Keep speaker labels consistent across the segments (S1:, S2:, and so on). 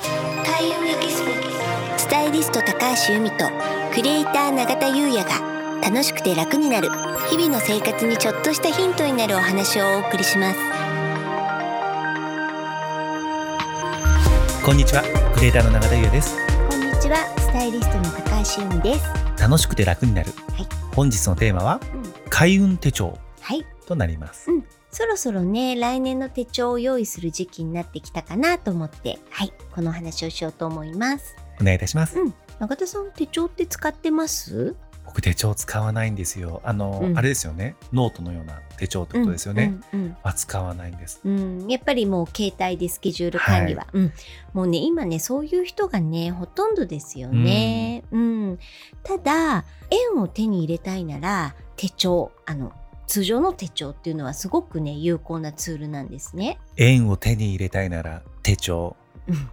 S1: 田優也ギススタイリスト高橋由美とクリエイター永田優也が楽しくて楽になる日々の生活にちょっとしたヒントになるお話をお送りします
S2: こんにちは、クリエイターの永田優也です。
S1: こんにちはスタイリストの高橋由美です
S2: 楽しくて楽になる。
S1: い
S2: 本日のテーマは、
S1: うん
S2: 開運手帳
S1: はい
S2: となります。
S1: そろそろね来年の手帳を用意する時期になってきたかなと思ってはいこのお話をしようと思います
S2: お願いいたします。
S1: 永田さん手帳って使ってます
S2: 僕手帳使わないんですよ。あの、
S1: うん
S2: あれですよね。ノートのような手帳ってことですよね。
S1: うんうんうん
S2: まあ使わないんです。
S1: うん、やっぱりもう携帯でスケジュール管理は、うん、もうね今ねそういう人がねほとんどですよね、うんただ円を手に入れたいなら手帳あの通常の手帳っていうのはすごくね有効なツールなんですね。
S2: 円を手に入れたいなら手帳。
S1: うん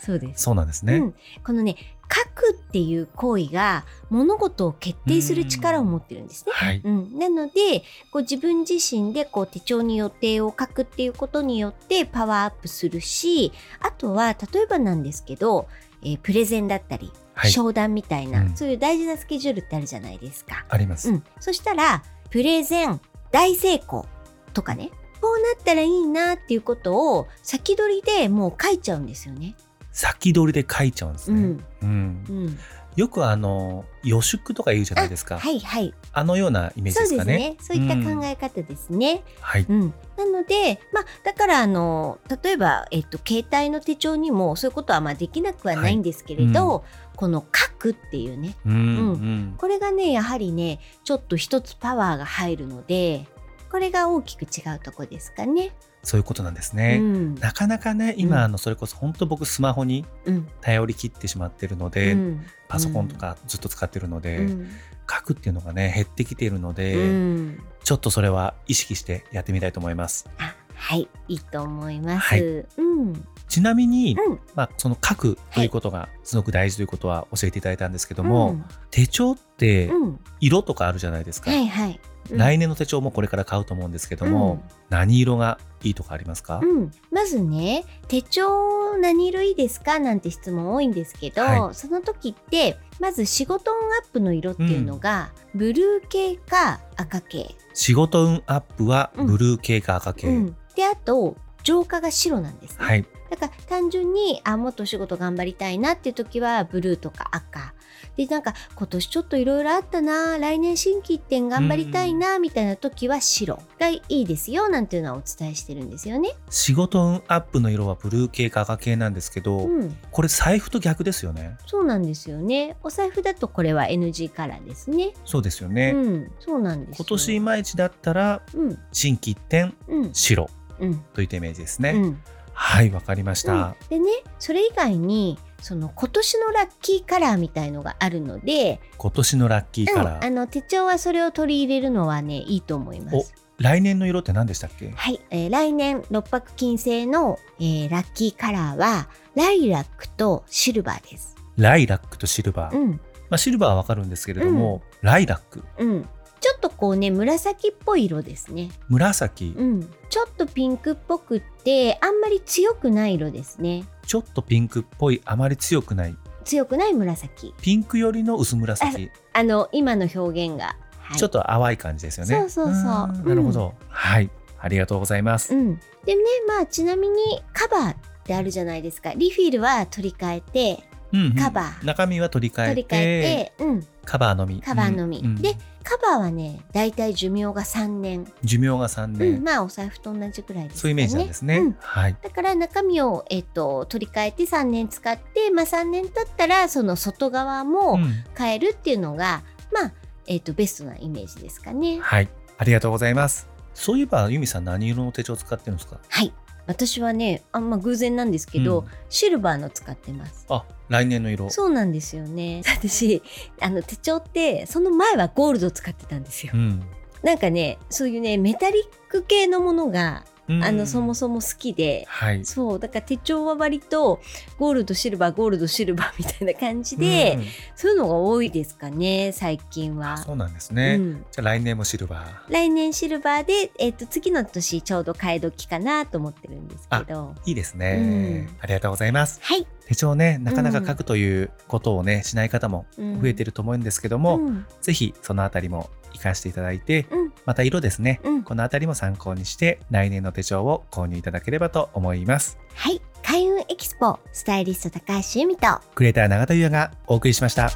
S1: そうです
S2: そうなんですね。
S1: うん、このね書くっていう行為が物事を決定する力を持ってるんですね。
S2: はい。
S1: うん、なのでこう自分自身でこう手帳に予定を書くっていうことによってパワーアップするしあとは例えばなんですけど、えープレゼンだったり、
S2: はい。
S1: 商談みたいな、
S2: うん
S1: そういう大事なスケジュールってあるじゃないですか。
S2: あります。
S1: うん、そしたらプレゼン大成功とかねこうなったらいいなっていうことを先取りでもう書いちゃうんですよね。
S2: 先取りで書いちゃうんです
S1: う
S2: ね。
S1: ん
S2: うん。
S1: うん、
S2: よくあの、予祝とか言うじゃないですか。あ,、
S1: はいはい、
S2: のようなイメー
S1: そ
S2: ジで
S1: う
S2: す
S1: で
S2: か
S1: す
S2: ね。
S1: ねそういった考え方ですね。
S2: はい。
S1: うん、なので、まあ、だからあの例えば、えっと、携帯の手帳にもそういうことはまあできなくはないんですけれど、この書くっていうね
S2: うん、
S1: うん
S2: うん。
S1: これがねやはりねちょっと一つパワーが入るのでこれが大きく違うとこですかね。
S2: そういうことなんですね。
S1: うん
S2: なかなかね今、
S1: うん
S2: あのそれこそ本当僕スマホに
S1: うん
S2: 頼り切ってしまってるので、
S1: うん
S2: パソコンとかずっと使ってるの
S1: う
S2: で、
S1: ん
S2: 書くっていうのがね減ってきているので、
S1: うん
S2: ちょっとそれは意識してやってみたいと思います
S1: あはいいいと思います。
S2: はい
S1: うん
S2: ちなみに、
S1: うん
S2: まあ、その書くということがすごく大事ということは教えていただいたんですけども、手帳って
S1: うんうん
S2: 色とかあるじゃないですか、
S1: はいはい。うん
S2: 来年の手帳もこれから買うと思うんですけども、
S1: うん
S2: 何色がいいとかありますか、
S1: うん、まずね手帳何色いいですかなんて質問多いんですけど、
S2: は
S1: その時ってまず仕事運アップの色っていうのが、ブルー系か赤系、
S2: 仕事運アップはブルー系か赤系、
S1: うん、であと浄化が白なんですね、
S2: はい
S1: だから単純にあもっとお仕事頑張りたいなっていう時はブルーとか赤でなんか今年ちょっといろいろあったな来年心機一転頑張りたいなみたいな時は白がいいですよなんていうのはお伝えしてるんですよね。
S2: 仕事運アップの色はブルー系か赤系なんですけど、
S1: うん
S2: これ財布と逆ですよね
S1: そうなんですよね。お財布だとこれは NG カラーですね。
S2: そうですよね、
S1: うん、そうなんですよ。
S2: 今年いまいちだったら
S1: うん、
S2: 新規一転
S1: うん、
S2: 白
S1: うん、
S2: といったイメージですね、
S1: うん。
S2: はいわかりました、
S1: でね、それ以外にその今年のラッキーカラーみたいのがあるので、
S2: 今年のラッキー
S1: う
S2: カ
S1: ん、
S2: ラー、
S1: あの手帳はそれを取り入れるのはね、いいと思います。
S2: 来年の色って何でしたっけ
S1: はい、えー来年六白金星の、えーラッキーカラーはライラックとシルバーです。
S2: ライラックとシルバー、
S1: うん、
S2: まあ、シルバーはわかるんですけれども、ライラック
S1: うん。ちょっとこうね、紫っぽい色ですね。
S2: 紫、
S1: うん、ちょっとピンクっぽくってあんまり強くない色ですね
S2: ちょっとピンクっぽいあまり強くない
S1: 強くない紫
S2: ピンクよりの薄紫、
S1: あの今の表現が、はい、
S2: ちょっと淡い感じですよね
S1: そうそうそうん
S2: なるほど、はいありがとうございます、
S1: うん、でねまあちなみにカバーってあるじゃないですかリフィルは取り替えて
S2: うんうん
S1: カバー
S2: 中身は取り替え
S1: 取
S2: て
S1: り替えて、うん、
S2: カバーのみ
S1: カバーのみ、
S2: うんうん
S1: でカバーはねだいたい寿命が3年、
S2: 寿命が3年、
S1: うん、まあお財布と同じくらいですかね
S2: そういうイメージなんですね、
S1: うん
S2: はい
S1: だから中身を、えっと、取り替えて3年使って、まあ、3年経ったらその外側も、
S2: うん
S1: 変えるっていうのがまあ、えー、とベストなイメージですかね。
S2: はいありがとうございますそういえばゆみさん何色の手帳使ってるんですか
S1: はい私はねあんま偶然なんですけど、
S2: うん
S1: シルバーの使ってます。
S2: あ来年の色
S1: そうなんですよね 私あの手帳ってその前はゴールド使ってたんですよ
S2: う、ん、
S1: なんかねそういうねメタリック系のものが
S2: うん
S1: あのそもそも好きで、
S2: はい。
S1: そうだから手帳は割とゴールドシルバーゴールドシルバーみたいな感じで、
S2: うん
S1: そういうのが多いですかね最近は。
S2: あそうなんですね。
S1: うん
S2: じゃあ来年もシルバー。
S1: 来年シルバーで、えっと次の年ちょうど替え時かなと思ってるんですけど
S2: いいですね、
S1: うん
S2: ありがとうございます。
S1: はい、
S2: 手帳ね、なかなか書くということをね、しない方も
S1: うん
S2: 増えてると思うんですけども、
S1: うん
S2: ぜひそのあたりも活かしていただいて、
S1: うん
S2: また色ですね、
S1: うん
S2: このあたりも参考にして、来年の手帳を購入いただければと思います。
S1: はい開運エキスポスタイリスト高橋由美と
S2: クリエイター永田優也がお送りしました。